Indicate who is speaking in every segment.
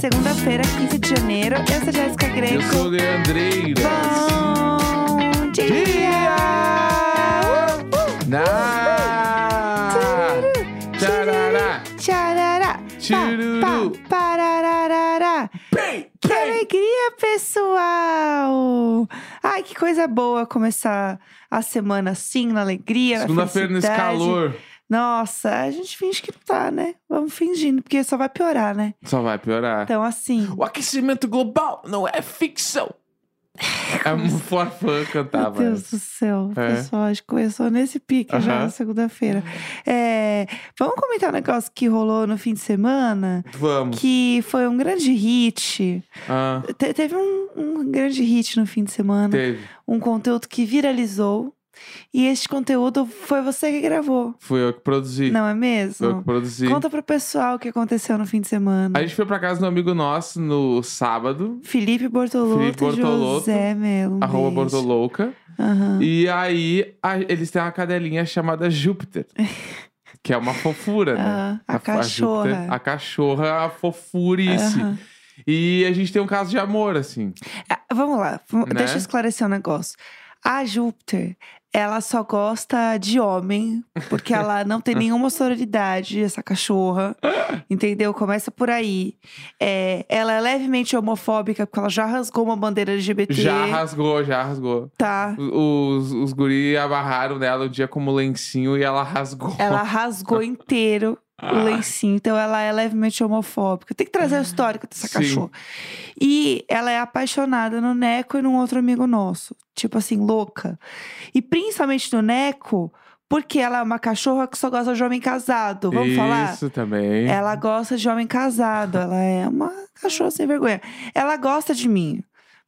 Speaker 1: segunda-feira, 15 de janeiro. Eu sou Jéssica Greco.
Speaker 2: Eu sou o Leandreiras.
Speaker 1: Bom dia!
Speaker 2: Dia! Na!
Speaker 1: Tchururu,
Speaker 2: Tcharará!
Speaker 1: Tcharará!
Speaker 2: Tchururu.
Speaker 1: Pa, pa, parararará. Que alegria, pessoal! Ai, que coisa boa começar a semana assim, na alegria. na
Speaker 2: Segunda-feira nesse
Speaker 1: felicidade.
Speaker 2: calor.
Speaker 1: Nossa, a gente finge que não tá, né? Vamos fingindo, porque só vai piorar, né?
Speaker 2: Só vai piorar.
Speaker 1: Então, assim.
Speaker 2: O aquecimento global não é ficção. É um forfã
Speaker 1: Meu
Speaker 2: cantava.
Speaker 1: Deus do céu,
Speaker 2: Tá, É.
Speaker 1: pessoal, acho que começou nesse pique já
Speaker 2: Aham.
Speaker 1: na segunda-feira. É, vamos comentar um negócio que rolou no fim de semana,
Speaker 2: Vamos.
Speaker 1: que foi um grande hit.
Speaker 2: Ah,
Speaker 1: Te- teve um, um grande hit no fim de semana,
Speaker 2: teve.
Speaker 1: um conteúdo que viralizou. E este conteúdo foi você que gravou,
Speaker 2: Fui eu que produzi.
Speaker 1: não é
Speaker 2: Fui eu que
Speaker 1: mesmo?
Speaker 2: produzi.
Speaker 1: Conta pro pessoal o que aconteceu no fim de semana.
Speaker 2: A gente foi pra casa de um amigo nosso no sábado.
Speaker 1: Felipe Bortolotto,
Speaker 2: Felipe
Speaker 1: e
Speaker 2: Bortolotto,
Speaker 1: José Melo. Um
Speaker 2: arroba
Speaker 1: beijo. Ah.
Speaker 2: Bordolouca.
Speaker 1: Aham.
Speaker 2: E aí, a- eles têm uma cadelinha chamada Júpiter. que é uma fofura, né?
Speaker 1: Aham. Ah, A,
Speaker 2: Júpiter-
Speaker 1: cachorra.
Speaker 2: a cachorra, é a fofurice.
Speaker 1: Aham.
Speaker 2: E a gente tem um caso de amor, assim.
Speaker 1: Ah, Vamos lá, v-
Speaker 2: Né?
Speaker 1: deixa eu esclarecer um negócio. A Júpiter, ela só gosta de homem, porque ela não tem nenhuma sororidade, essa cachorra. Entendeu? Começa por aí. É, ela é levemente homofóbica, porque ela já rasgou uma bandeira LGBT.
Speaker 2: Já rasgou, já rasgou.
Speaker 1: Tá.
Speaker 2: Os, os guri amarraram nela o dia como lencinho e ela rasgou.
Speaker 1: Ela rasgou inteiro o lencinho. Então ela é levemente homofóbica. Tem que trazer o histórico dessa
Speaker 2: Ah, Sim.
Speaker 1: cachorra. E ela é apaixonada no Neco e num outro amigo nosso. Tipo assim, louca. E principalmente no Neco, porque ela é uma cachorra que só gosta de homem casado. Vamos
Speaker 2: Isso
Speaker 1: falar? É,
Speaker 2: também.
Speaker 1: Ela gosta de homem casado. Ela é uma cachorra sem vergonha. Ela gosta de mim.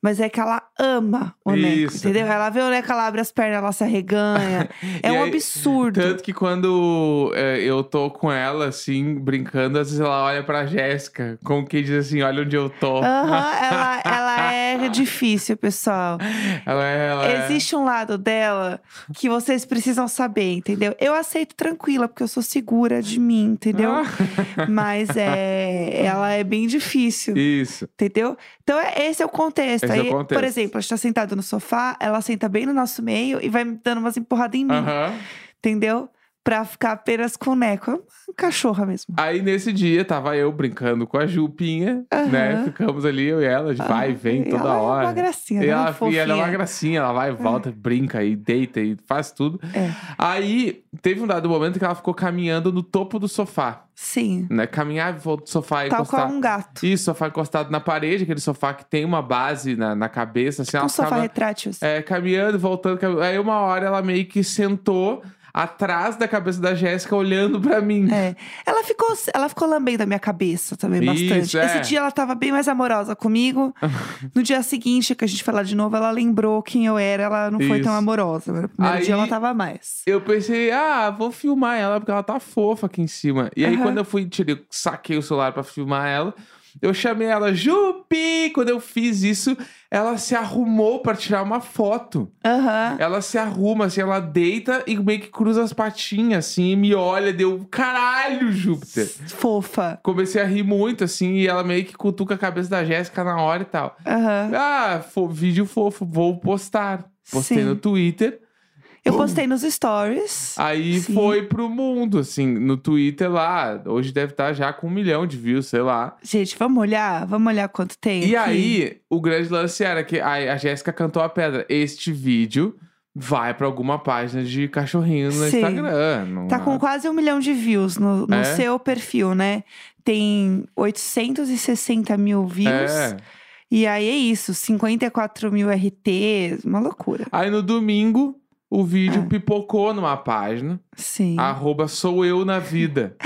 Speaker 1: Mas é que ela ama o Neco,
Speaker 2: Isso.
Speaker 1: entendeu? Ela vê o Neco, ela abre as pernas, ela se arreganha.
Speaker 2: E
Speaker 1: É um
Speaker 2: aí,
Speaker 1: absurdo.
Speaker 2: Tanto que quando é, eu tô com ela, assim, brincando, às vezes ela olha pra Jéssica, como que diz assim: olha onde eu tô.
Speaker 1: Aham, ela, ela é difícil, pessoal.
Speaker 2: Ela é. Ela é-
Speaker 1: Existe um lado dela que vocês precisam saber, entendeu? Eu aceito tranquila, porque eu sou segura de mim, entendeu?
Speaker 2: Ah,
Speaker 1: Mas é, ela é bem difícil,
Speaker 2: Isso.
Speaker 1: entendeu? Então, é- esse é o
Speaker 2: Esse
Speaker 1: contexto.
Speaker 2: é o
Speaker 1: Aí,
Speaker 2: contexto.
Speaker 1: Por exemplo, a gente tá sentado no sofá, ela senta bem no nosso meio e vai me dando umas empurradas em mim,
Speaker 2: Aham.
Speaker 1: entendeu? Pra ficar apenas com o Neco. É uma cachorra mesmo.
Speaker 2: Aí nesse dia tava eu brincando com a Jupinha, né?
Speaker 1: Aham.
Speaker 2: Ficamos ali, eu e ela, de vai e vem
Speaker 1: E
Speaker 2: toda
Speaker 1: ela
Speaker 2: hora.
Speaker 1: É uma gracinha,
Speaker 2: E
Speaker 1: ela é
Speaker 2: ela,
Speaker 1: uma
Speaker 2: e ela é uma
Speaker 1: fofinha.
Speaker 2: gracinha, ela vai, volta, brinca e deita e faz tudo.
Speaker 1: É.
Speaker 2: Aí teve um dado momento que ela ficou caminhando no topo do sofá,
Speaker 1: Sim.
Speaker 2: né? Caminhar e volta do sofá e
Speaker 1: Tal
Speaker 2: encostar.
Speaker 1: qual um gato.
Speaker 2: Isso, sofá encostado na parede, aquele sofá que tem uma base na, na cabeça, assim,
Speaker 1: Um
Speaker 2: ela
Speaker 1: sofá
Speaker 2: ficava
Speaker 1: retrátil. assim.
Speaker 2: é, caminhando, voltando. cam- Aí uma hora ela meio que sentou atrás da cabeça da Jéssica olhando pra mim.
Speaker 1: É. Ela ficou, ela ficou lambendo a minha cabeça também
Speaker 2: Isso,
Speaker 1: bastante.
Speaker 2: é.
Speaker 1: Esse dia ela tava bem mais amorosa comigo. No dia seguinte, que a gente foi lá de novo, ela lembrou quem eu era. Ela não foi
Speaker 2: Isso.
Speaker 1: tão amorosa. No primeiro
Speaker 2: Aí-
Speaker 1: dia ela tava mais.
Speaker 2: Eu pensei, ah, vou filmar ela porque ela tá fofa aqui em cima. E aí,
Speaker 1: Aham.
Speaker 2: quando eu fui, tirei, saquei o celular pra filmar ela, eu chamei ela, Jupi! Quando eu fiz isso, ela se arrumou pra tirar uma foto.
Speaker 1: Aham.
Speaker 2: Ela se arruma, assim, ela deita e meio que cruza as patinhas, assim, e me olha, deu caralho, Júpiter.
Speaker 1: Fofa.
Speaker 2: Comecei a rir muito, assim, e ela meio que cutuca a cabeça da Jéssica na hora e tal.
Speaker 1: Aham.
Speaker 2: Ah, fo- vídeo fofo, vou postar. Postei
Speaker 1: Sim.
Speaker 2: no Twitter.
Speaker 1: Eu postei nos stories.
Speaker 2: Aí
Speaker 1: Sim.
Speaker 2: foi pro mundo, assim, no Twitter lá. Hoje deve estar já com um milhão de views, sei lá.
Speaker 1: Gente, vamos olhar? Vamos olhar quanto tem?
Speaker 2: E
Speaker 1: aqui?
Speaker 2: aí, o grande lance era que a, a Jéssica cantou a pedra. Este vídeo vai pra alguma página de cachorrinho no
Speaker 1: Sim.
Speaker 2: Instagram. não
Speaker 1: Tá
Speaker 2: é?
Speaker 1: com quase um milhão de views no, no
Speaker 2: É?
Speaker 1: seu perfil, né? Tem 860 mil views.
Speaker 2: É.
Speaker 1: E aí é isso, 54 mil RTs, uma loucura.
Speaker 2: Aí no domingo, o vídeo pipocou numa página.
Speaker 1: Ah. Sim.
Speaker 2: Arroba sou eu na vida.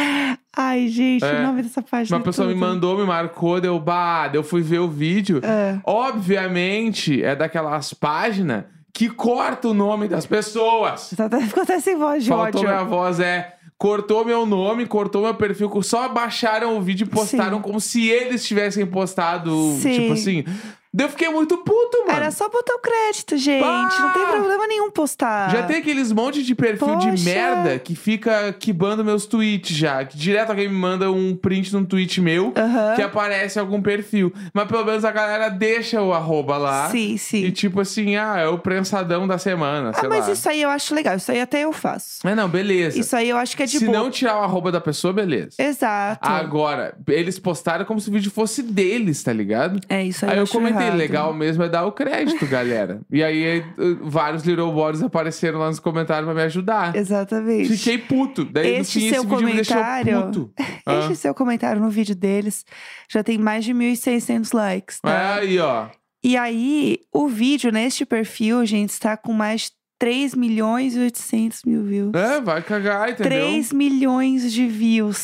Speaker 1: Ai, gente,
Speaker 2: É.
Speaker 1: o nome dessa página.
Speaker 2: Uma
Speaker 1: é
Speaker 2: pessoa me
Speaker 1: tudo.
Speaker 2: mandou, me marcou, deu bah, daí eu fui ver o vídeo.
Speaker 1: É.
Speaker 2: Obviamente, é daquelas páginas que corta o nome das pessoas.
Speaker 1: Tá- tá- Ficou até sem voz de
Speaker 2: Faltou
Speaker 1: ódio.
Speaker 2: minha voz, é. Cortou meu nome, cortou meu perfil, só baixaram o vídeo e postaram
Speaker 1: Sim.
Speaker 2: como se eles tivessem postado.
Speaker 1: Sim.
Speaker 2: Tipo assim. Daí eu fiquei muito puto, mano.
Speaker 1: Era só botar o crédito, gente.
Speaker 2: Pá!
Speaker 1: Não tem problema nenhum postar.
Speaker 2: Já tem aqueles monte de perfil de
Speaker 1: Poxa.
Speaker 2: merda que fica quebando meus tweets já. Que direto alguém me manda um print num tweet meu
Speaker 1: Aham.
Speaker 2: que aparece algum perfil. Mas pelo menos a galera deixa o arroba lá.
Speaker 1: Sim, sim.
Speaker 2: E tipo assim, ah, é o prensadão da semana,
Speaker 1: Ah,
Speaker 2: sei
Speaker 1: mas
Speaker 2: lá.
Speaker 1: isso aí eu acho legal. Isso aí até eu faço.
Speaker 2: É, não, beleza.
Speaker 1: Isso aí eu acho que é de
Speaker 2: Se
Speaker 1: boa.
Speaker 2: não ah, tirar o arroba da pessoa, beleza.
Speaker 1: Exato.
Speaker 2: Agora, eles postaram como se o vídeo fosse deles, tá ligado?
Speaker 1: É isso aí.
Speaker 2: Aí
Speaker 1: eu,
Speaker 2: eu
Speaker 1: acho
Speaker 2: comentei,
Speaker 1: errado.
Speaker 2: legal mesmo é dar o crédito, galera. e aí eh, vários Little Boys apareceram lá nos comentários pra me ajudar.
Speaker 1: Exatamente.
Speaker 2: Fiquei puto. Daí
Speaker 1: Este
Speaker 2: no fim,
Speaker 1: seu
Speaker 2: esse vídeo me
Speaker 1: comentário-
Speaker 2: deixou puto. Ah.
Speaker 1: Deixe seu comentário no vídeo deles. Já tem mais de 1.600 likes, tá?
Speaker 2: Ah, Aí, ó.
Speaker 1: E aí, o vídeo neste perfil, gente, está com mais de 3 milhões e 800 mil views.
Speaker 2: É, vai cagar, entendeu?
Speaker 1: 3 milhões de views,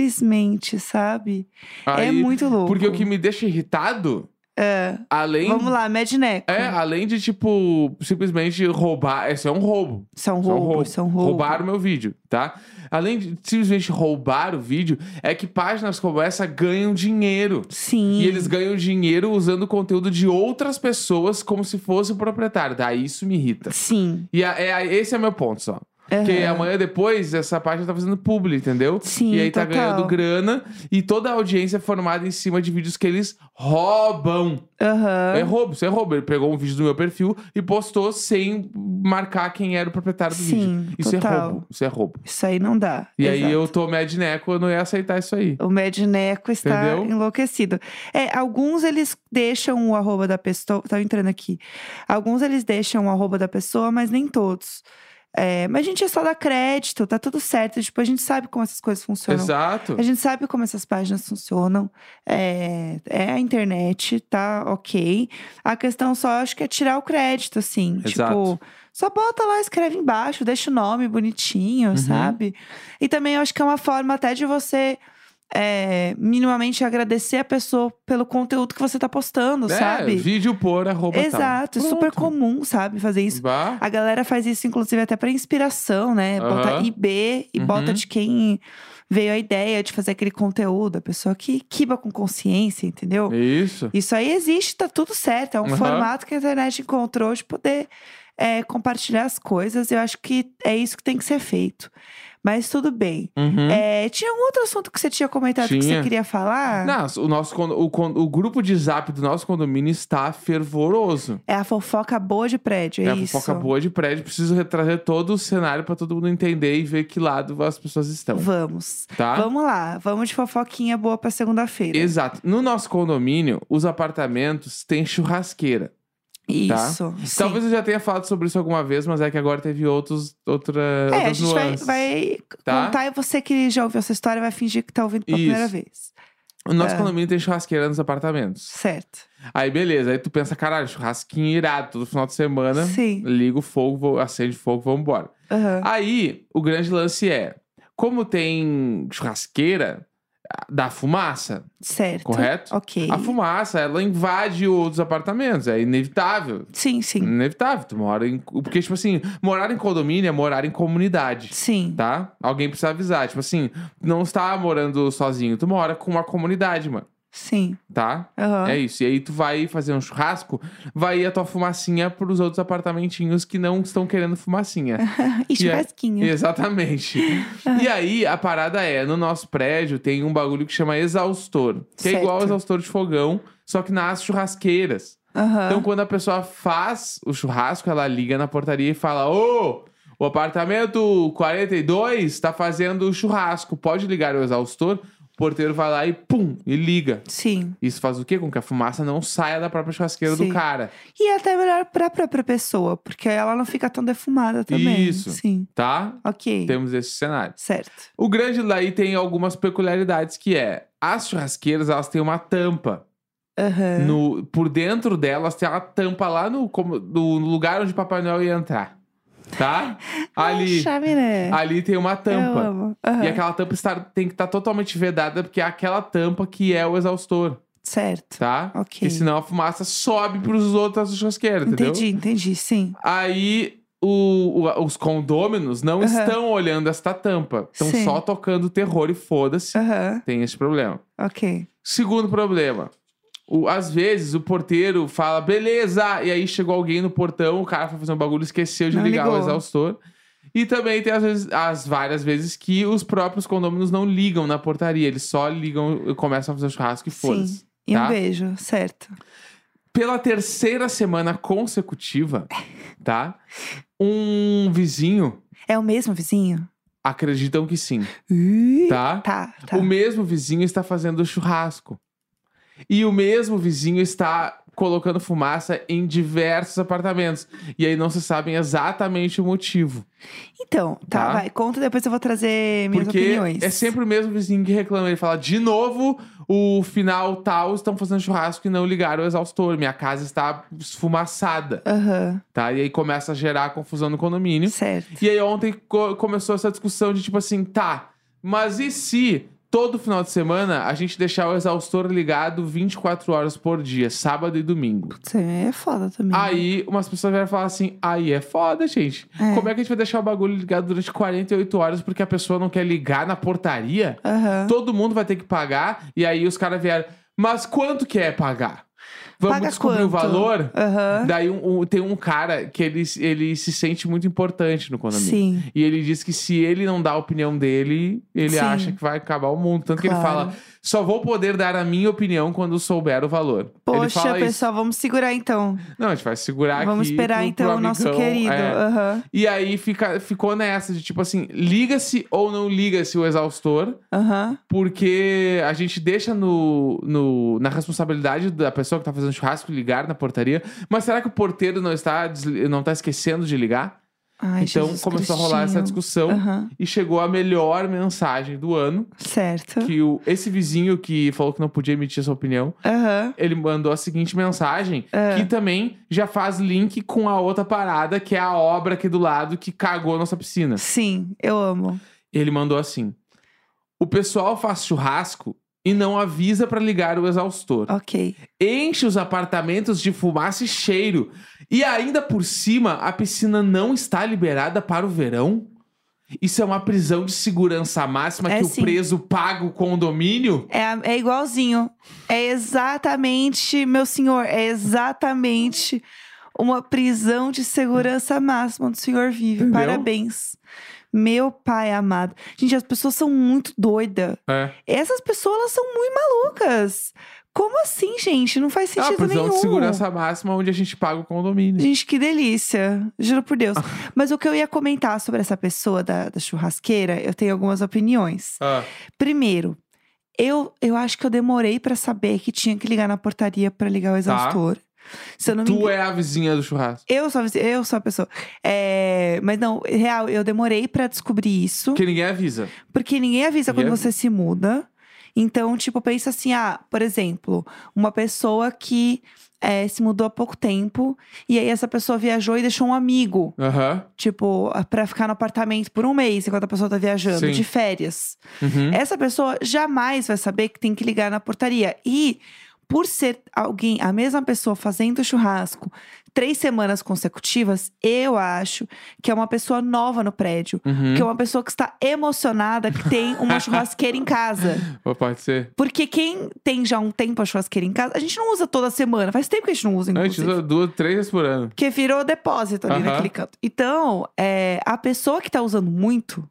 Speaker 1: simplesmente, sabe? é
Speaker 2: Aí-
Speaker 1: muito louco.
Speaker 2: Porque o que me deixa irritado,
Speaker 1: É.
Speaker 2: além
Speaker 1: Vamos lá, Medneco.
Speaker 2: É, além de, tipo, simplesmente roubar. Isso é um roubo.
Speaker 1: São
Speaker 2: Isso é um roubo.
Speaker 1: roubos, são roubos.
Speaker 2: Roubaram meu vídeo, tá? Além de simplesmente roubar o vídeo, é que páginas como essa ganham dinheiro.
Speaker 1: Sim.
Speaker 2: E eles ganham dinheiro usando o conteúdo de outras pessoas como se fosse o proprietário. Daí isso me irrita.
Speaker 1: Sim.
Speaker 2: E a- é, a- esse é meu ponto só. Porque
Speaker 1: Aham.
Speaker 2: amanhã depois essa página tá fazendo publi, entendeu?
Speaker 1: Sim,
Speaker 2: e aí tá
Speaker 1: total.
Speaker 2: ganhando grana e toda a audiência é formada em cima de vídeos que eles roubam.
Speaker 1: Aham.
Speaker 2: É roubo, isso é roubo. Ele pegou um vídeo do meu perfil e postou sem marcar quem era o proprietário do
Speaker 1: Sim,
Speaker 2: vídeo. Isso é
Speaker 1: total.
Speaker 2: roubo, isso é roubo.
Speaker 1: Isso aí não dá.
Speaker 2: E
Speaker 1: Exato.
Speaker 2: aí eu tô medneco, eu não ia aceitar isso aí.
Speaker 1: O Medneco está
Speaker 2: Entendeu?
Speaker 1: enlouquecido. É, alguns eles deixam o arroba da pessoa. Tá entrando aqui. Alguns eles deixam o arroba da pessoa, mas nem todos. É, mas a gente é só dar crédito, tá tudo certo. Tipo, a gente sabe como essas coisas funcionam.
Speaker 2: Exato.
Speaker 1: A gente sabe como essas páginas funcionam. É, é a internet, tá ok. A questão só acho que é tirar o crédito, assim.
Speaker 2: Exato.
Speaker 1: Tipo, só bota lá, escreve embaixo, deixa o nome bonitinho,
Speaker 2: Uhum.
Speaker 1: sabe? E também eu acho que é uma forma até de você. é, minimamente agradecer a pessoa pelo conteúdo que você tá postando,
Speaker 2: É,
Speaker 1: sabe?
Speaker 2: Vídeo por arroba tal.
Speaker 1: Exato, é super comum, sabe, fazer isso.
Speaker 2: Bah.
Speaker 1: A galera faz isso, inclusive, até pra inspiração, né? Bota
Speaker 2: Aham.
Speaker 1: IB e
Speaker 2: Uhum.
Speaker 1: bota de quem veio a ideia de fazer aquele conteúdo. A pessoa que quiba com consciência, entendeu?
Speaker 2: Isso.
Speaker 1: Isso aí existe, tá tudo certo. É um
Speaker 2: Aham.
Speaker 1: formato que a internet encontrou de poder é, compartilhar as coisas. Eu acho que é isso que tem que ser feito. Mas tudo bem.
Speaker 2: Uhum.
Speaker 1: É, tinha algum outro assunto que você tinha comentado que você
Speaker 2: Tinha.
Speaker 1: queria falar?
Speaker 2: Nossa, o, nosso, condo- o, con- o grupo de zap do nosso condomínio está fervoroso.
Speaker 1: É a fofoca boa de prédio, é,
Speaker 2: é a
Speaker 1: isso.
Speaker 2: fofoca boa de prédio. Preciso retrazer todo o cenário pra todo mundo entender e ver que lado as pessoas estão.
Speaker 1: Vamos.
Speaker 2: Tá?
Speaker 1: Vamos né? lá, vamos de fofoquinha boa pra segunda-feira.
Speaker 2: Exato. No nosso condomínio, os apartamentos têm churrasqueira. tá?
Speaker 1: Isso. sim.
Speaker 2: Talvez eu já tenha falado sobre isso alguma vez, mas é que agora teve outros, outra,
Speaker 1: É, a
Speaker 2: outras
Speaker 1: gente vai,
Speaker 2: nuances.
Speaker 1: vai
Speaker 2: tá?
Speaker 1: contar e você que já ouviu essa história vai fingir que tá ouvindo pela
Speaker 2: Isso.
Speaker 1: primeira vez.
Speaker 2: O
Speaker 1: É.
Speaker 2: nosso condomínio tem churrasqueira nos apartamentos.
Speaker 1: Certo.
Speaker 2: Aí, beleza. Aí tu pensa, caralho, churrasquinho irado todo final de semana.
Speaker 1: Sim.
Speaker 2: Liga o fogo, vou- acende o fogo, vambora.
Speaker 1: Aham.
Speaker 2: Aí, o grande lance é, como tem churrasqueira, dá fumaça,
Speaker 1: Certo.
Speaker 2: correto?
Speaker 1: Ok.
Speaker 2: A fumaça, ela invade outros apartamentos, é inevitável.
Speaker 1: Sim,
Speaker 2: Hum.
Speaker 1: sim.
Speaker 2: Inevitável, tu mora em. Porque, tipo assim, morar em condomínio é morar em comunidade.
Speaker 1: Sim.
Speaker 2: Tá? Alguém precisa avisar. Tipo assim, tu não está morando sozinho, tu mora com uma comunidade, mano.
Speaker 1: Sim.
Speaker 2: Tá?
Speaker 1: Aham.
Speaker 2: É isso. E aí tu vai fazer um churrasco, vai ir a tua fumacinha pros outros apartamentinhos que não estão querendo fumacinha. E
Speaker 1: E
Speaker 2: é-
Speaker 1: churrasquinho.
Speaker 2: Exatamente. e aí, a parada é, no nosso prédio tem um bagulho que chama exaustor. Que é igual ao
Speaker 1: Certo.
Speaker 2: exaustor de fogão, só que nas churrasqueiras.
Speaker 1: Aham.
Speaker 2: Então, quando a pessoa faz o churrasco, ela liga na portaria e fala: Ô, o apartamento 42 tá fazendo churrasco, pode ligar o exaustor? O porteiro vai lá e pum, e liga.
Speaker 1: Sim.
Speaker 2: Isso faz o quê? Com que a fumaça não saia da própria churrasqueira
Speaker 1: Sim.
Speaker 2: do cara,
Speaker 1: E é até melhor pra própria pessoa, porque ela não fica tão defumada também.
Speaker 2: Isso. um
Speaker 1: Sim.
Speaker 2: tá?
Speaker 1: Ok.
Speaker 2: Temos esse cenário.
Speaker 1: Certo.
Speaker 2: O grande daí tem algumas peculiaridades que é as churrasqueiras elas têm uma tampa
Speaker 1: Aham.
Speaker 2: no por dentro delas tem uma tampa lá no como no lugar onde Papai Noel ia entrar, tá? Ali
Speaker 1: Chaminé.
Speaker 2: ali tem uma
Speaker 1: Eu
Speaker 2: tampa
Speaker 1: amo. Aham.
Speaker 2: e aquela tampa está, tem que estar totalmente vedada porque é aquela tampa que é o exaustor,
Speaker 1: Certo.
Speaker 2: tá?
Speaker 1: Ok.
Speaker 2: Porque senão a fumaça sobe para os outros churrasqueiros, entendeu?
Speaker 1: Entendi, entendi. Sim.
Speaker 2: Aí o- o- os condôminos não
Speaker 1: Aham.
Speaker 2: estão olhando esta tampa, estão
Speaker 1: Sim.
Speaker 2: só tocando terror e foda-se.
Speaker 1: Aham.
Speaker 2: Tem esse problema.
Speaker 1: Ok.
Speaker 2: Segundo problema. o- às vezes o porteiro fala, beleza, e aí chegou alguém no portão, o cara foi fazer um bagulho, esqueceu de
Speaker 1: Não
Speaker 2: ligar o
Speaker 1: ligou.
Speaker 2: exaustor. E também tem às vezes, as várias vezes que os próprios condôminos não ligam na portaria, eles só ligam, começam a fazer churrasco e foda-se.
Speaker 1: Sim. E
Speaker 2: tá?
Speaker 1: um beijo, certo.
Speaker 2: Pela terceira semana consecutiva, tá? Um vizinho,
Speaker 1: É o mesmo vizinho?
Speaker 2: acreditam que sim,
Speaker 1: Ih,
Speaker 2: tá?
Speaker 1: Tá, tá.
Speaker 2: O mesmo vizinho está fazendo churrasco. E o mesmo vizinho está colocando fumaça em diversos apartamentos. E aí não se sabem exatamente o motivo.
Speaker 1: Então, tá,
Speaker 2: Tá.
Speaker 1: vai. Conta, depois eu vou trazer minhas
Speaker 2: porque
Speaker 1: opiniões.
Speaker 2: é sempre o mesmo vizinho que reclama. Ele fala, de novo, o final tal, estão fazendo churrasco e não ligaram o exaustor. Minha casa está esfumaçada,
Speaker 1: Aham,
Speaker 2: tá? E aí começa a gerar confusão no condomínio.
Speaker 1: certo.
Speaker 2: E aí ontem co- começou essa discussão de tipo assim, tá, mas e se todo final de semana a gente deixar o exaustor ligado 24 horas por dia, sábado e domingo?
Speaker 1: Isso é foda também.
Speaker 2: Aí umas pessoas vieram falar assim, aí é foda, gente.
Speaker 1: É.
Speaker 2: Como é que a gente vai deixar o bagulho ligado durante 48 horas porque a pessoa não quer ligar na portaria?
Speaker 1: Aham.
Speaker 2: Todo mundo vai ter que pagar. E aí os caras vieram, mas quanto que é pagar? Vamos
Speaker 1: Paga
Speaker 2: descobrir o
Speaker 1: quanto?"
Speaker 2: valor?
Speaker 1: Aham.
Speaker 2: Daí um- um- tem um cara que ele, se- ele se sente muito importante no condomínio.
Speaker 1: Sim.
Speaker 2: E é ele diz que se ele não dá a opinião dele, ele
Speaker 1: Sim.
Speaker 2: acha que vai acabar o mundo. Tanto que ele
Speaker 1: Claro.
Speaker 2: fala: só vou poder dar a minha opinião quando souber o valor. ele
Speaker 1: Poxa,
Speaker 2: fala
Speaker 1: pessoal, vamos segurar então.
Speaker 2: isso. Não, a gente vai segurar
Speaker 1: Vamos
Speaker 2: aqui.
Speaker 1: esperar
Speaker 2: pro- pro
Speaker 1: então o nosso
Speaker 2: amigão.
Speaker 1: querido.
Speaker 2: É.
Speaker 1: Aham.
Speaker 2: E aí fica, ficou nessa de tipo assim: liga-se ou não liga-se o exaustor,
Speaker 1: Aham.
Speaker 2: porque a gente deixa no, no- na responsabilidade da pessoa que tá fazendo churrasco ligar na portaria. Mas será que o porteiro não está, desli- não está esquecendo de ligar?
Speaker 1: Ai,
Speaker 2: então
Speaker 1: Jesus
Speaker 2: começou a rolar essa
Speaker 1: Cristinho.
Speaker 2: discussão
Speaker 1: Aham.
Speaker 2: e chegou a melhor mensagem do ano.
Speaker 1: Certo.
Speaker 2: Que o, esse vizinho que falou que não podia emitir sua opinião,
Speaker 1: Aham.
Speaker 2: ele mandou a seguinte mensagem, que também já faz link com a outra parada, que é a obra aqui do lado que cagou nossa piscina.
Speaker 1: Sim, eu amo.
Speaker 2: Ele mandou assim: O pessoal faz churrasco e não avisa pra ligar o exaustor.
Speaker 1: Ok.
Speaker 2: Enche os apartamentos de fumaça e cheiro. E ainda por cima, a piscina não está liberada para o verão? Isso é uma prisão de segurança máxima
Speaker 1: É
Speaker 2: que
Speaker 1: sim.
Speaker 2: o preso paga o condomínio?
Speaker 1: É, a- é igualzinho. É exatamente, meu senhor, é exatamente uma prisão de segurança máxima onde o senhor vive.
Speaker 2: Entendeu?
Speaker 1: Parabéns. Meu pai amado. Gente, as pessoas são muito doidas.
Speaker 2: É.
Speaker 1: Essas pessoas elas são muito malucas. Como assim, gente? Não faz
Speaker 2: É uma
Speaker 1: sentido
Speaker 2: prisão
Speaker 1: nenhum.
Speaker 2: de segurança máxima onde a gente paga o condomínio.
Speaker 1: Gente, que delícia. Juro por
Speaker 2: Ah.
Speaker 1: Deus. Mas o que eu ia comentar sobre essa pessoa da, da churrasqueira, eu tenho algumas opiniões.
Speaker 2: Ah,
Speaker 1: Primeiro, eu, eu acho que eu demorei pra saber que tinha que ligar na portaria pra ligar o exaustor. Se eu não me
Speaker 2: Tá. tu é a vizinha do churrasco.
Speaker 1: engano- Eu sou, a vici- eu sou a pessoa. É, mas não, real, eu demorei pra descobrir isso.
Speaker 2: Que ninguém avisa.
Speaker 1: Porque ninguém avisa
Speaker 2: Ninguém
Speaker 1: quando você se muda. Então, tipo, pensa assim, ah, por exemplo, uma pessoa que é, se mudou há pouco tempo. E aí essa pessoa viajou e deixou um amigo.
Speaker 2: Aham.
Speaker 1: Tipo, pra ficar no apartamento por um mês enquanto a pessoa tá viajando,
Speaker 2: Sim.
Speaker 1: de férias.
Speaker 2: Uhum.
Speaker 1: Essa pessoa jamais vai saber que tem que ligar na portaria. E por ser alguém, a mesma pessoa fazendo churrasco três semanas consecutivas, eu acho que é uma pessoa nova no prédio.
Speaker 2: Uhum.
Speaker 1: Que é uma pessoa que está emocionada que tem uma churrasqueira em casa.
Speaker 2: Pô, Pode ser.
Speaker 1: Porque quem tem já um tempo a churrasqueira em casa, a gente não usa toda semana. Faz tempo que a gente não usa,
Speaker 2: A gente
Speaker 1: inclusive.
Speaker 2: usa duas, três vezes por ano.
Speaker 1: Porque virou depósito ali
Speaker 2: Aham.
Speaker 1: naquele canto. Então, é, a pessoa que tá usando muito,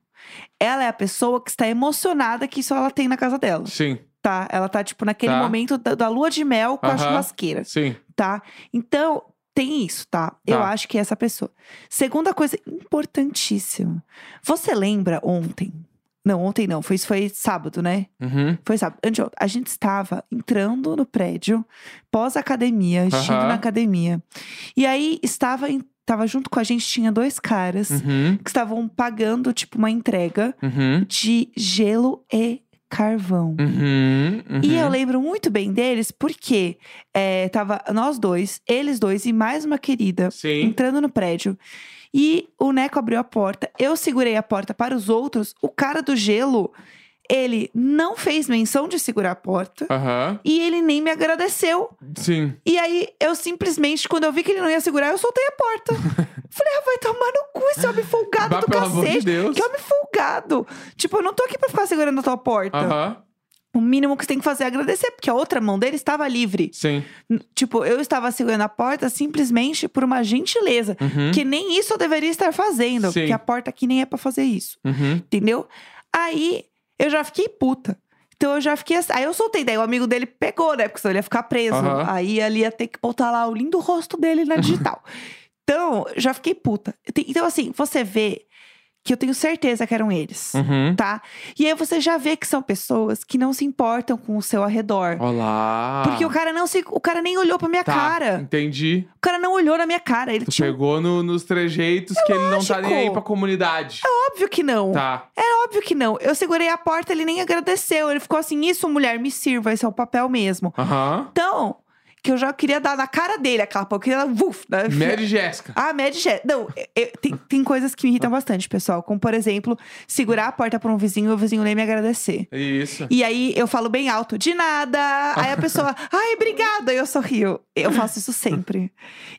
Speaker 1: ela é a pessoa que está emocionada que isso ela tem na casa dela,
Speaker 2: Sim,
Speaker 1: tá? Ela tá, tipo, naquele
Speaker 2: Tá.
Speaker 1: momento da, da lua de mel com a
Speaker 2: Aham.
Speaker 1: churrasqueira,
Speaker 2: sim.
Speaker 1: tá? Então, tem isso, tá? Eu
Speaker 2: Tá.
Speaker 1: acho que é essa pessoa. Segunda coisa importantíssima. Você lembra ontem? Não, ontem não. Foi, isso foi sábado, né?
Speaker 2: Uhum.
Speaker 1: Foi sábado. Anteontem, a gente estava entrando no prédio, pós-academia, estive
Speaker 2: Aham.
Speaker 1: na academia. E aí estava, em- estava junto com a gente, tinha dois caras
Speaker 2: Uhum.
Speaker 1: que estavam pagando, tipo, uma entrega
Speaker 2: Uhum.
Speaker 1: de gelo e carvão.
Speaker 2: Uhum.
Speaker 1: E eu
Speaker 2: uhum.
Speaker 1: lembro muito bem deles, porque é, tava nós dois, eles dois e mais uma querida
Speaker 2: Sim.
Speaker 1: entrando no prédio. E o Neco abriu a porta. Eu segurei a porta para os outros. O cara do gelo, ele não fez menção de segurar a porta.
Speaker 2: Aham.
Speaker 1: E ele nem me agradeceu.
Speaker 2: Sim.
Speaker 1: E aí, eu simplesmente, quando eu vi que ele não ia segurar, eu soltei a porta. Falei, ah, vai tomar no cu esse homem folgado
Speaker 2: Bah,
Speaker 1: Tá do
Speaker 2: pelo amor de
Speaker 1: cacete.
Speaker 2: Deus.
Speaker 1: Que homem folgado. Tipo, eu não tô aqui pra ficar segurando a tua porta.
Speaker 2: Aham.
Speaker 1: O mínimo que você tem que fazer é agradecer, porque a outra mão dele estava livre.
Speaker 2: Sim.
Speaker 1: N- Tipo, eu estava segurando a porta simplesmente por uma gentileza.
Speaker 2: Uhum.
Speaker 1: Que nem isso eu deveria estar fazendo,
Speaker 2: Sim.
Speaker 1: porque a porta aqui nem é pra fazer isso.
Speaker 2: Uhum.
Speaker 1: Entendeu? Aí eu já fiquei puta. Então eu já fiquei assim. Aí eu soltei, daí o amigo dele pegou, né? Porque senão ele ia ficar preso.
Speaker 2: Aham.
Speaker 1: Aí ele ia ter que botar lá o lindo rosto dele na digital. então, já fiquei puta. Eu te- Então, assim, você vê que eu tenho certeza que eram eles,
Speaker 2: Uhum.
Speaker 1: tá? E aí você já vê que são pessoas que não se importam com o seu arredor.
Speaker 2: Olá.
Speaker 1: Porque o cara não se. O cara nem olhou pra minha
Speaker 2: Ah. Tá,
Speaker 1: cara.
Speaker 2: Entendi.
Speaker 1: O cara não olhou na minha cara. Ele
Speaker 2: Tu
Speaker 1: tinha.
Speaker 2: pegou no- nos trejeitos que ele não tá
Speaker 1: é lógico. É
Speaker 2: nem aí pra comunidade.
Speaker 1: Óbvio que não.
Speaker 2: Tá.
Speaker 1: Óbvio que não. Eu segurei a porta, ele nem agradeceu. Ele ficou assim: Isso, mulher, me sirva, esse é o papel mesmo.
Speaker 2: Aham.
Speaker 1: Então, que eu já queria dar na cara dele aquela porra. Eu queria. Uf, né?
Speaker 2: Mary Jéssica.
Speaker 1: Ah, média. já- Não, eu- eu- tem, tem coisas que me
Speaker 2: Tá.
Speaker 1: irritam bastante, pessoal. Como, por exemplo, segurar a porta pra um vizinho e o vizinho nem me agradecer.
Speaker 2: Isso.
Speaker 1: E aí eu falo bem alto, de nada. Aí a pessoa, ai, obrigada. Aí eu sorrio. Eu faço isso sempre.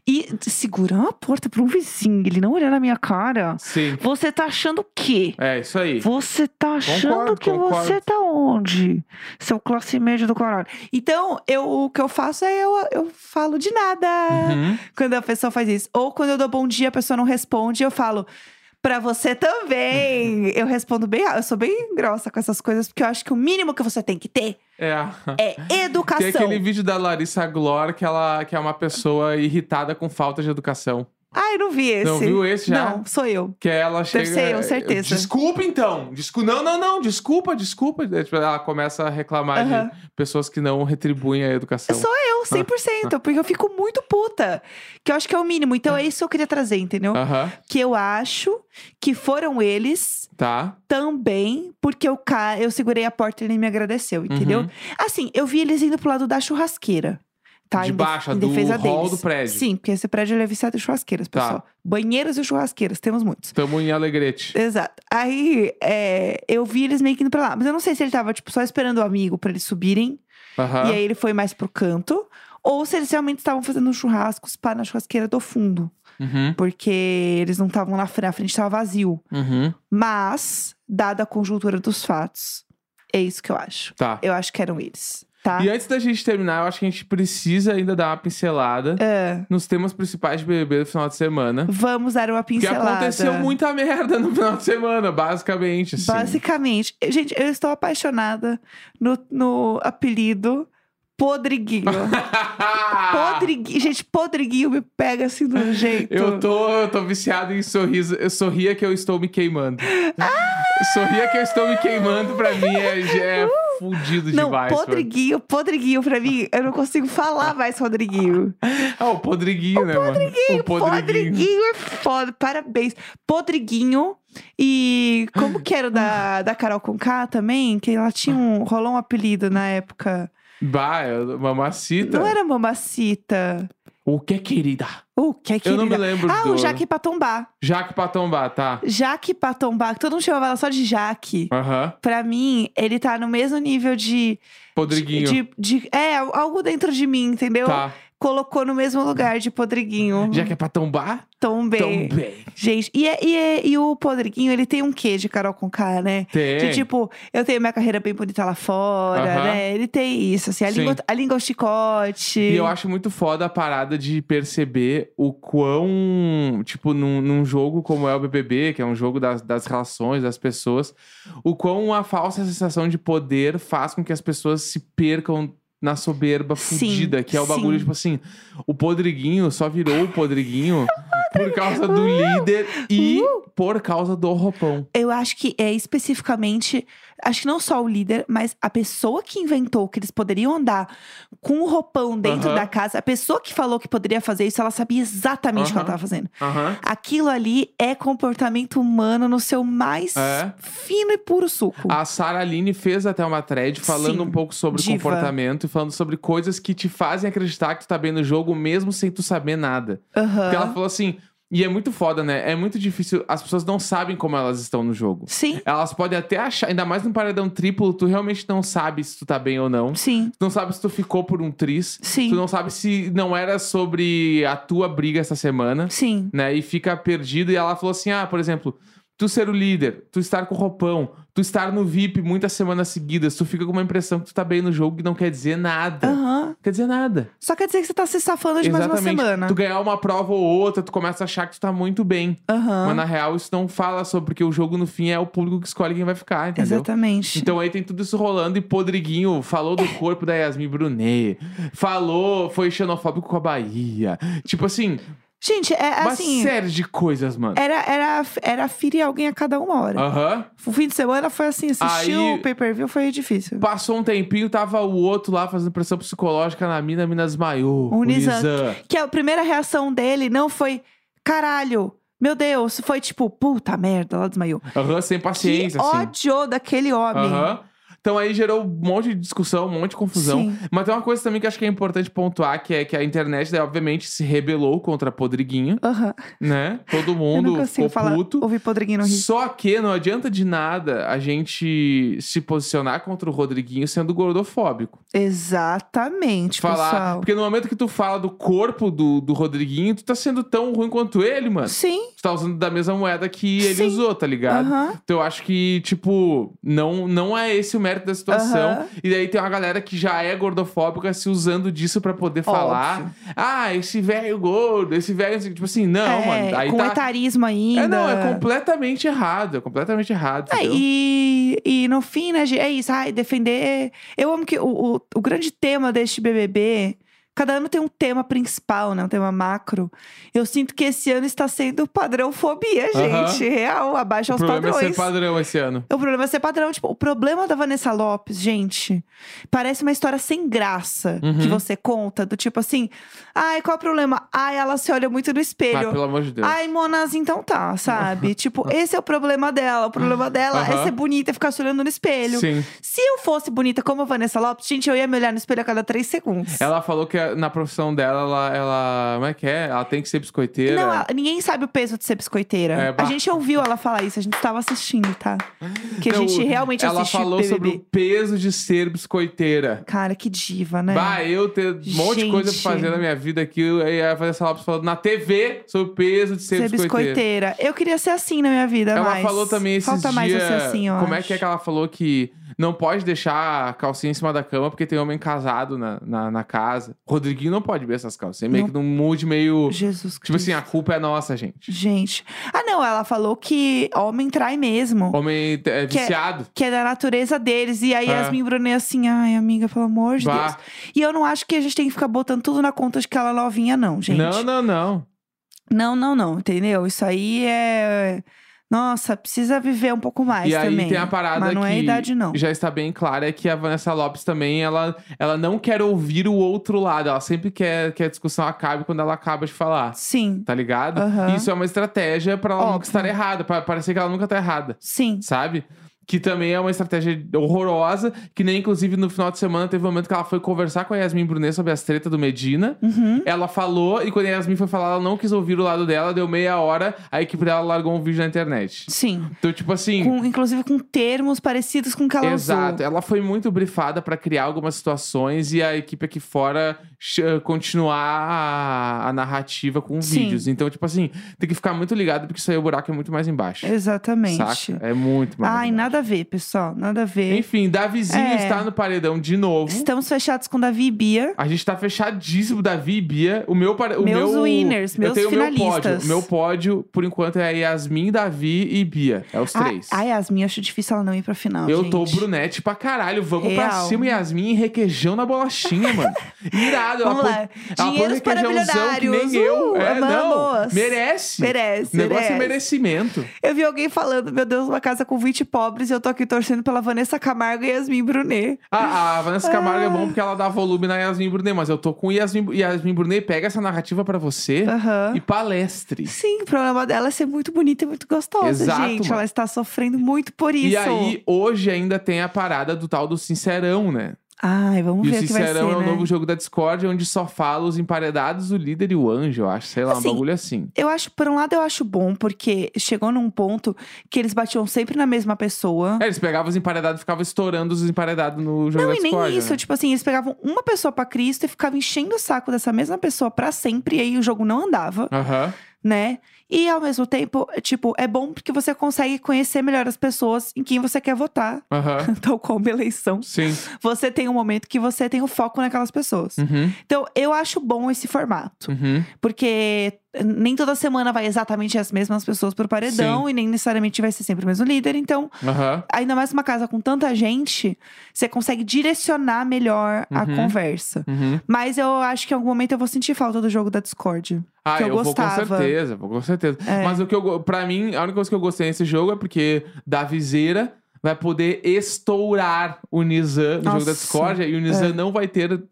Speaker 1: E segurar a porta pra um vizinho, ele não olhar na minha cara.
Speaker 2: Sim.
Speaker 1: Você tá achando o quê?
Speaker 2: É, isso aí.
Speaker 1: Você tá achando
Speaker 2: Concordo,
Speaker 1: que
Speaker 2: concordo.
Speaker 1: você tá onde? Seu classe média do caralho. Então, eu, o que eu faço é eu, eu falo de nada
Speaker 2: Uhum.
Speaker 1: quando a pessoa faz isso. Ou quando eu dou bom dia, a pessoa não responde, eu falo. Pra você também! Eu respondo bem, eu sou bem grossa com essas coisas, porque eu acho que o mínimo que você tem que ter
Speaker 2: É.
Speaker 1: é
Speaker 2: Tem
Speaker 1: educação.
Speaker 2: aquele vídeo da Larissa Glor que ela que é uma pessoa irritada com falta de educação.
Speaker 1: Ai, não vi esse.
Speaker 2: Não viu esse já?
Speaker 1: Não, sou eu.
Speaker 2: Que ela chega.
Speaker 1: ser eu, certeza.
Speaker 2: Desculpa então. Desculpa. Não, não, não. Desculpa, desculpa. É, tipo, Ela começa a reclamar
Speaker 1: Aham.
Speaker 2: de pessoas que não retribuem a educação.
Speaker 1: Sou Eu, 100%, porque eu fico muito puta. Que eu acho que é o mínimo. Então é isso que eu queria trazer, entendeu?
Speaker 2: Aham.
Speaker 1: Que eu acho que foram eles
Speaker 2: Tá.
Speaker 1: também, porque o cara, eu segurei a porta e ele me agradeceu, entendeu?
Speaker 2: Uhum.
Speaker 1: Assim, eu vi eles indo pro lado da churrasqueira. Tá,
Speaker 2: De
Speaker 1: Em def-
Speaker 2: baixo,
Speaker 1: em
Speaker 2: do
Speaker 1: defesa
Speaker 2: hall
Speaker 1: deles.
Speaker 2: do prédio.
Speaker 1: Sim, porque esse prédio ele é viciado em churrasqueiras,
Speaker 2: Tá.
Speaker 1: pessoal. Banheiros e churrasqueiras, temos muitos.
Speaker 2: Tamo em Alegrete.
Speaker 1: Exato. Aí, é, eu vi eles meio que indo pra lá. Mas eu não sei se ele tava, tipo, só esperando o amigo pra eles subirem.
Speaker 2: Aham.
Speaker 1: E aí ele foi mais pro canto. Ou se eles realmente estavam fazendo um churrasco, pá, na churrasqueira do fundo.
Speaker 2: Uhum.
Speaker 1: Porque eles não estavam lá na frente, tava vazio.
Speaker 2: Uhum.
Speaker 1: Mas, dada a conjuntura dos fatos, é isso que eu acho.
Speaker 2: Tá.
Speaker 1: Eu acho que eram eles, tá?
Speaker 2: E é- antes da gente terminar, eu acho que a gente precisa ainda dar uma pincelada
Speaker 1: Ah,
Speaker 2: nos temas principais de BBB do final de semana.
Speaker 1: vamos dar uma
Speaker 2: Porque
Speaker 1: pincelada.
Speaker 2: aconteceu muita merda no final de semana, basicamente. Assim.
Speaker 1: Basicamente, gente, eu estou apaixonada no, no apelido Podriguinho. Podriguinho. Gente, Podriguinho me pega assim do jeito.
Speaker 2: Eu tô, eu tô viciado em sorriso. Eu sorria que eu estou me queimando. Sorria que eu estou me queimando, pra mim é, já é fudido
Speaker 1: Uh! Não,
Speaker 2: demais. mano.
Speaker 1: Podriguinho, Podriguinho pra mim, eu não consigo falar mais Rodriguinho.
Speaker 2: Ah, o Podriguinho, né, mano? O Podriguinho.
Speaker 1: Podriguinho é foda, parabéns. Podriguinho e como que era o da, da Carol Conká também, que ela tinha um, rolou um apelido na época.
Speaker 2: Bah, é uma macita.
Speaker 1: Não era Mamacita.
Speaker 2: O que, querida?
Speaker 1: O que é que
Speaker 2: Eu não me
Speaker 1: ele-
Speaker 2: lembro
Speaker 1: Ah,
Speaker 2: do...
Speaker 1: o Jaque Patombá.
Speaker 2: Jaque Patombá, tá.
Speaker 1: Jaque Patombá, que todo mundo chamava ela só de Jaque.
Speaker 2: Aham.
Speaker 1: Pra mim, ele tá no mesmo nível de.
Speaker 2: Podriguinho.
Speaker 1: de, de- é, algo dentro de mim, entendeu?
Speaker 2: Tá.
Speaker 1: Colocou no mesmo lugar de Podriguinho.
Speaker 2: Já que é pra tombar?
Speaker 1: Tombei.
Speaker 2: Também.
Speaker 1: Gente, e, é- e, é- e o Podriguinho, ele tem um quê de Carol Conká, né?
Speaker 2: Tem.
Speaker 1: Que tipo, eu tenho minha carreira bem bonita lá fora,
Speaker 2: Aham.
Speaker 1: né? Ele tem isso, assim, a
Speaker 2: Sim.
Speaker 1: língua, a língua é o chicote.
Speaker 2: E eu acho muito foda a parada de perceber o quão, tipo, num, num jogo como é o BBB, que é um jogo das, das relações, das pessoas, o quão a falsa sensação de poder faz com que as pessoas se percam na soberba
Speaker 1: Sim,
Speaker 2: fudida, que é o bagulho,
Speaker 1: sim.
Speaker 2: tipo assim, o Podriguinho só virou o Podriguinho por causa do líder e
Speaker 1: Uh!
Speaker 2: por causa do roupão.
Speaker 1: Eu acho que é especificamente, acho que não só o líder, mas a pessoa que inventou que eles poderiam andar com o roupão dentro
Speaker 2: Aham.
Speaker 1: da casa, a pessoa que falou que poderia fazer isso, ela sabia exatamente o que ela
Speaker 2: Aham.
Speaker 1: tava fazendo.
Speaker 2: Aham.
Speaker 1: Aquilo ali é comportamento humano no seu mais
Speaker 2: É. Ah,
Speaker 1: fino e puro suco.
Speaker 2: A Sara Aline fez até uma thread falando
Speaker 1: Tipo, Sim,
Speaker 2: um pouco sobre
Speaker 1: diva.
Speaker 2: comportamento e falando sobre coisas que te fazem acreditar que tu tá bem no jogo mesmo sem tu saber nada.
Speaker 1: Aham.
Speaker 2: Porque ela falou assim, e é muito foda, né? É muito difícil, as pessoas não sabem como elas estão no jogo.
Speaker 1: Sim,
Speaker 2: Elas podem até achar, ainda mais no paredão triplo, tu realmente não sabe se tu tá bem ou não. Tu
Speaker 1: sim,
Speaker 2: não sabe se tu ficou por um tris.
Speaker 1: sim,
Speaker 2: Tu não sabe se não era sobre a tua briga essa semana
Speaker 1: sim.
Speaker 2: né? E fica perdido. E ela falou assim: ah, por exemplo, tu ser o líder, tu estar com roupão, tu estar no VIP muitas semanas seguidas, tu fica com uma impressão que tu tá bem no jogo que não quer dizer nada.
Speaker 1: Aham.
Speaker 2: Quer dizer nada.
Speaker 1: Só quer dizer que você tá se safando de Ah. mais uma semana.
Speaker 2: Tu ganhar uma prova ou outra, tu começa a achar que tu tá muito bem.
Speaker 1: Aham.
Speaker 2: Mas na real, isso não fala sobre, porque o jogo no fim é o público que escolhe quem vai ficar, entendeu?
Speaker 1: Exatamente.
Speaker 2: Então aí tem tudo isso rolando e Podriguinho falou do corpo da Yasmin Brunet, falou, foi xenofóbico com a Bahia. Tipo assim,
Speaker 1: Gente, é
Speaker 2: uma
Speaker 1: assim. é
Speaker 2: série de coisas, mano.
Speaker 1: Era, era, era ferir alguém a cada uma hora.
Speaker 2: Aham.
Speaker 1: O fim de semana foi assim, assistiu
Speaker 2: Ah. Aí-
Speaker 1: o pay-per-view, foi difícil.
Speaker 2: Passou um tempinho, tava o outro lá fazendo pressão psicológica na mina, a mina desmaiou.
Speaker 1: O
Speaker 2: O
Speaker 1: Nizam.
Speaker 2: Nizam.
Speaker 1: Que a primeira reação dele não foi, caralho, meu Deus, foi tipo, puta merda, ela desmaiou.
Speaker 2: Aham, sem
Speaker 1: Que
Speaker 2: paciência, assim.
Speaker 1: ódio daquele homem.
Speaker 2: Aham. Então aí gerou um monte de discussão, um monte de confusão.
Speaker 1: Sim.
Speaker 2: Mas tem uma coisa também que eu acho que é importante pontuar, que é que a internet, daí, obviamente, se rebelou contra Podriguinho,
Speaker 1: Aham.
Speaker 2: né? Todo
Speaker 1: Eu não
Speaker 2: mundo
Speaker 1: consigo
Speaker 2: ficou
Speaker 1: falar,
Speaker 2: puto.
Speaker 1: ouvir Podriguinho no Rio.
Speaker 2: Só que não adianta de nada a gente se posicionar contra o Rodriguinho sendo gordofóbico.
Speaker 1: Exatamente,
Speaker 2: falar.
Speaker 1: pessoal.
Speaker 2: Porque no momento que tu fala do corpo do, do Rodriguinho, tu tá sendo tão ruim quanto ele, mano.
Speaker 1: Sim,
Speaker 2: Tu tá usando da mesma moeda que ele
Speaker 1: Sim.
Speaker 2: usou, tá ligado?
Speaker 1: aham.
Speaker 2: Então eu acho que, tipo, não, não é esse o mérito da situação.
Speaker 1: Aham.
Speaker 2: E daí tem uma galera que já é gordofóbica se usando disso pra poder falar.
Speaker 1: Óbvio.
Speaker 2: Ah, esse velho gordo, esse velho. Tipo assim, não,
Speaker 1: é,
Speaker 2: mano. Aí
Speaker 1: com
Speaker 2: tá.
Speaker 1: etarismo ainda.
Speaker 2: É, não, é completamente errado. É completamente errado.
Speaker 1: É,
Speaker 2: entendeu?
Speaker 1: e, e no fim, né, gente, é isso. Ai, defender. Eu amo que o, o, o grande tema deste BBB. Cada ano tem um tema principal, né? Um tema macro. Eu sinto que esse ano está sendo padrão fobia,
Speaker 2: Aham.
Speaker 1: gente. Real, abaixo
Speaker 2: o
Speaker 1: aos
Speaker 2: problema é
Speaker 1: padrões.
Speaker 2: ser padrão esse ano.
Speaker 1: O problema é ser padrão. Tipo, o problema da Vanessa Lopes, gente, parece uma história sem graça
Speaker 2: Uhum.
Speaker 1: que você conta. Do tipo assim, ai, qual é o problema? Ai, ela se olha muito no
Speaker 2: Mas,
Speaker 1: espelho.
Speaker 2: pelo amor de Deus.
Speaker 1: Ai, Monas, então tá, sabe? tipo, esse é o problema dela. O problema dela é
Speaker 2: Aham.
Speaker 1: ser bonita e ficar se olhando no espelho.
Speaker 2: Sim.
Speaker 1: Se eu fosse bonita como a Vanessa Lopes, gente, eu ia me olhar no espelho a cada três segundos.
Speaker 2: Ela falou que é, na profissão dela, ela, ela. Como é que é? Ela tem que ser biscoiteira.
Speaker 1: Não, ela- ninguém sabe o peso de ser biscoiteira.
Speaker 2: É, bah.
Speaker 1: a gente ouviu ela falar isso, a gente tava assistindo, tá? Que
Speaker 2: Não,
Speaker 1: a gente realmente
Speaker 2: Ela
Speaker 1: assiste
Speaker 2: falou
Speaker 1: BBB.
Speaker 2: sobre o peso de ser biscoiteira.
Speaker 1: Cara, que diva, né?
Speaker 2: Bah, eu ter um monte de coisa pra
Speaker 1: Gente.
Speaker 2: fazer na minha vida aqui. Aí a Vanessa Lopes falou na TV sobre o peso de ser,
Speaker 1: Ser
Speaker 2: biscoiteira.
Speaker 1: biscoiteira. Eu queria ser assim na minha vida,
Speaker 2: Ela
Speaker 1: mas...
Speaker 2: falou também esses
Speaker 1: Falta
Speaker 2: dias.
Speaker 1: mais eu ser assim, ó.
Speaker 2: como é que é que ela falou que não pode deixar a calcinha em cima da cama porque tem homem casado na, na, na casa? Rodriguinho não pode ver essas calcinhas. Meio
Speaker 1: Não.
Speaker 2: que num mood meio.
Speaker 1: Jesus Cristo.
Speaker 2: Tipo assim, a culpa é nossa, gente.
Speaker 1: Gente. Ah, não, ela falou que homem trai mesmo.
Speaker 2: Homem é
Speaker 1: Que é-
Speaker 2: viciado.
Speaker 1: que é da natureza deles. E aí
Speaker 2: É.
Speaker 1: Yasmin Brunet assim, ai, amiga, pelo amor de
Speaker 2: Bah.
Speaker 1: Deus. E eu não acho que a gente tem que ficar botando tudo na conta de que ela é novinha, não, gente.
Speaker 2: Não, não, não.
Speaker 1: não, não, não, entendeu? Isso aí é. Nossa, precisa viver um pouco mais
Speaker 2: e aí
Speaker 1: também.
Speaker 2: tem a parada
Speaker 1: Mas não
Speaker 2: que
Speaker 1: é idade, não.
Speaker 2: já está bem clara, é que a Vanessa Lopes também, ela, ela não quer ouvir o outro lado. Ela sempre quer que a discussão acabe quando ela acaba de falar,
Speaker 1: Sim,
Speaker 2: tá ligado?
Speaker 1: Aham.
Speaker 2: Isso é uma estratégia pra ela nunca
Speaker 1: Óbvio.
Speaker 2: estar errada, pra parecer que ela nunca tá errada,
Speaker 1: sim.
Speaker 2: sabe? Que também é uma estratégia horrorosa, que nem inclusive no final de semana teve um momento que ela foi conversar com a Yasmin Brunet sobre as tretas do Medina.
Speaker 1: Uhum.
Speaker 2: Ela falou, e quando a Yasmin foi falar, ela não quis ouvir o lado dela, deu meia hora, a equipe dela largou um vídeo na internet.
Speaker 1: Sim.
Speaker 2: Então, tipo assim.
Speaker 1: Com- inclusive com termos parecidos com o que ela
Speaker 2: Exato.
Speaker 1: usou.
Speaker 2: Ela foi muito brifada pra criar algumas situações e a equipe aqui fora ch- eh, continuar a, a narrativa com
Speaker 1: Sim.
Speaker 2: vídeos. Então, tipo assim, tem que ficar muito ligado porque isso aí o buraco é muito mais embaixo.
Speaker 1: Exatamente.
Speaker 2: Saca? É muito mais.
Speaker 1: Ai,
Speaker 2: embaixo.
Speaker 1: nada a ver, pessoal. Nada a ver.
Speaker 2: Enfim, Davizinho
Speaker 1: É.
Speaker 2: está no paredão de novo.
Speaker 1: Estamos fechados com Davi e Bia.
Speaker 2: A gente tá fechadíssimo, Davi e Bia. O meu, pare- o
Speaker 1: Meus
Speaker 2: meu
Speaker 1: winners, meus
Speaker 2: eu tenho O meu
Speaker 1: finalistas.
Speaker 2: pódio. O meu pódio, por enquanto, é Yasmin, Davi e Bia. É os três.
Speaker 1: Ai, Yasmin, eu acho difícil ela não ir pra final.
Speaker 2: Eu
Speaker 1: gente.
Speaker 2: tô brunete pra caralho. Vamos pra
Speaker 1: Real.
Speaker 2: cima, Yasmin, e requeijão na bolachinha, mano. Irado.
Speaker 1: Vamos
Speaker 2: ela
Speaker 1: lá.
Speaker 2: põe- ela põe
Speaker 1: Dinheiros para
Speaker 2: requeijãozão que nem
Speaker 1: milionários.
Speaker 2: eu.
Speaker 1: Uh,
Speaker 2: é, não.
Speaker 1: vamos.
Speaker 2: Merece.
Speaker 1: Merece,
Speaker 2: O negócio é
Speaker 1: merece.
Speaker 2: merecimento.
Speaker 1: Eu vi alguém falando, meu Deus, uma casa com 20 pobres e eu tô aqui torcendo pela Vanessa Camargo e Yasmin Brunet.
Speaker 2: A, a Vanessa Camargo
Speaker 1: Ah.
Speaker 2: é bom porque ela dá volume na Yasmin Brunet, mas eu tô com Yasmin, Yasmin Brunet. Pega essa narrativa pra você
Speaker 1: Aham.
Speaker 2: e palestre.
Speaker 1: Sim, o problema dela é ser muito bonita e muito gostosa,
Speaker 2: Exato,
Speaker 1: gente.
Speaker 2: mano.
Speaker 1: Ela está sofrendo muito por isso.
Speaker 2: E aí, hoje ainda tem a parada do tal do Sincerão, né?
Speaker 1: Ai, vamos
Speaker 2: e o
Speaker 1: ver o que vai ser,
Speaker 2: Sincerão é o
Speaker 1: né?
Speaker 2: novo jogo da Discord, onde só fala os emparedados, o líder e o anjo, eu acho. Sei lá,
Speaker 1: Assim,
Speaker 2: um bagulho assim.
Speaker 1: Eu acho, por um lado, eu acho bom, porque chegou num ponto que eles batiam sempre na mesma pessoa.
Speaker 2: É, eles pegavam os emparedados e ficavam estourando os emparedados no jogo
Speaker 1: Não,
Speaker 2: da
Speaker 1: e nem
Speaker 2: Discord.
Speaker 1: isso.
Speaker 2: né?
Speaker 1: Tipo assim, eles pegavam uma pessoa pra Cristo e ficavam enchendo o saco dessa mesma pessoa pra sempre, e aí o jogo não andava.
Speaker 2: Aham.
Speaker 1: né? E ao mesmo tempo, tipo, é bom porque você consegue conhecer melhor as pessoas em quem você quer votar,
Speaker 2: Aham.
Speaker 1: tal como eleição.
Speaker 2: Sim.
Speaker 1: Você tem um momento que você tem o foco naquelas pessoas.
Speaker 2: Uhum.
Speaker 1: Então, eu acho bom esse formato.
Speaker 2: Uhum.
Speaker 1: Porque nem toda semana vai exatamente as mesmas pessoas pro paredão e nem necessariamente vai ser sempre o mesmo líder. Então,
Speaker 2: Aham.
Speaker 1: ainda mais uma casa com tanta gente, você consegue direcionar melhor a
Speaker 2: Uhum.
Speaker 1: conversa.
Speaker 2: Uhum.
Speaker 1: Mas eu acho que em algum momento eu vou sentir falta do jogo da Discord.
Speaker 2: Ah,
Speaker 1: que eu,
Speaker 2: eu, vou com
Speaker 1: gostava. É.
Speaker 2: certeza, vou com certeza. Mas o que eu, go- pra mim, a única coisa que eu gostei nesse jogo é porque da viseira vai poder estourar o Nizam no jogo da
Speaker 1: Nossa, é.
Speaker 2: discórdia e o Nizam não vai ter. uh,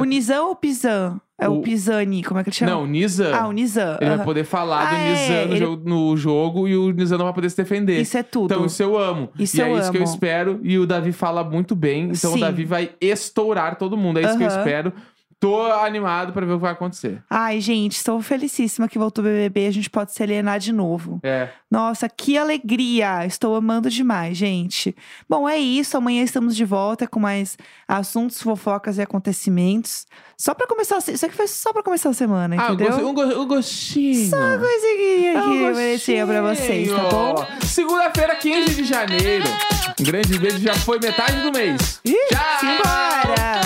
Speaker 1: O Nizam ou o Pizan? É o,
Speaker 2: o-
Speaker 1: Pisani, como é que ele chama?
Speaker 2: Não, Nizam.
Speaker 1: Ah, o Nizam.
Speaker 2: Ele vai
Speaker 1: aham.
Speaker 2: poder falar do
Speaker 1: Ah, é,
Speaker 2: Nizam no,
Speaker 1: ele-
Speaker 2: jogo, no jogo e o Nizam não vai poder se defender.
Speaker 1: Isso é tudo.
Speaker 2: Então, isso eu amo.
Speaker 1: Isso
Speaker 2: e é
Speaker 1: eu
Speaker 2: isso que eu
Speaker 1: amo.
Speaker 2: espero. E o Davi fala muito bem. Então, o
Speaker 1: Sim.
Speaker 2: Davi vai estourar todo mundo. É isso que eu
Speaker 1: Aham.
Speaker 2: espero. Tô animado pra ver o que vai acontecer.
Speaker 1: Ai, gente, estou felicíssima que voltou o BBB. A gente pode se alienar de novo.
Speaker 2: É.
Speaker 1: Nossa, que alegria! Estou amando demais, gente. Bom, é isso. Amanhã estamos de volta com mais assuntos, fofocas e acontecimentos. Só pra começar, a se- isso aqui foi só pra começar a semana,
Speaker 2: Ah, um
Speaker 1: entendeu?
Speaker 2: gosto- um, go- um gostinho. Só
Speaker 1: Coisinha aqui, bonitinha pra vocês, tá bom?
Speaker 2: Segunda-feira, 15 de janeiro. Um grande beijo, já foi metade do mês.
Speaker 1: Ih,
Speaker 2: Tchau!
Speaker 1: simbora!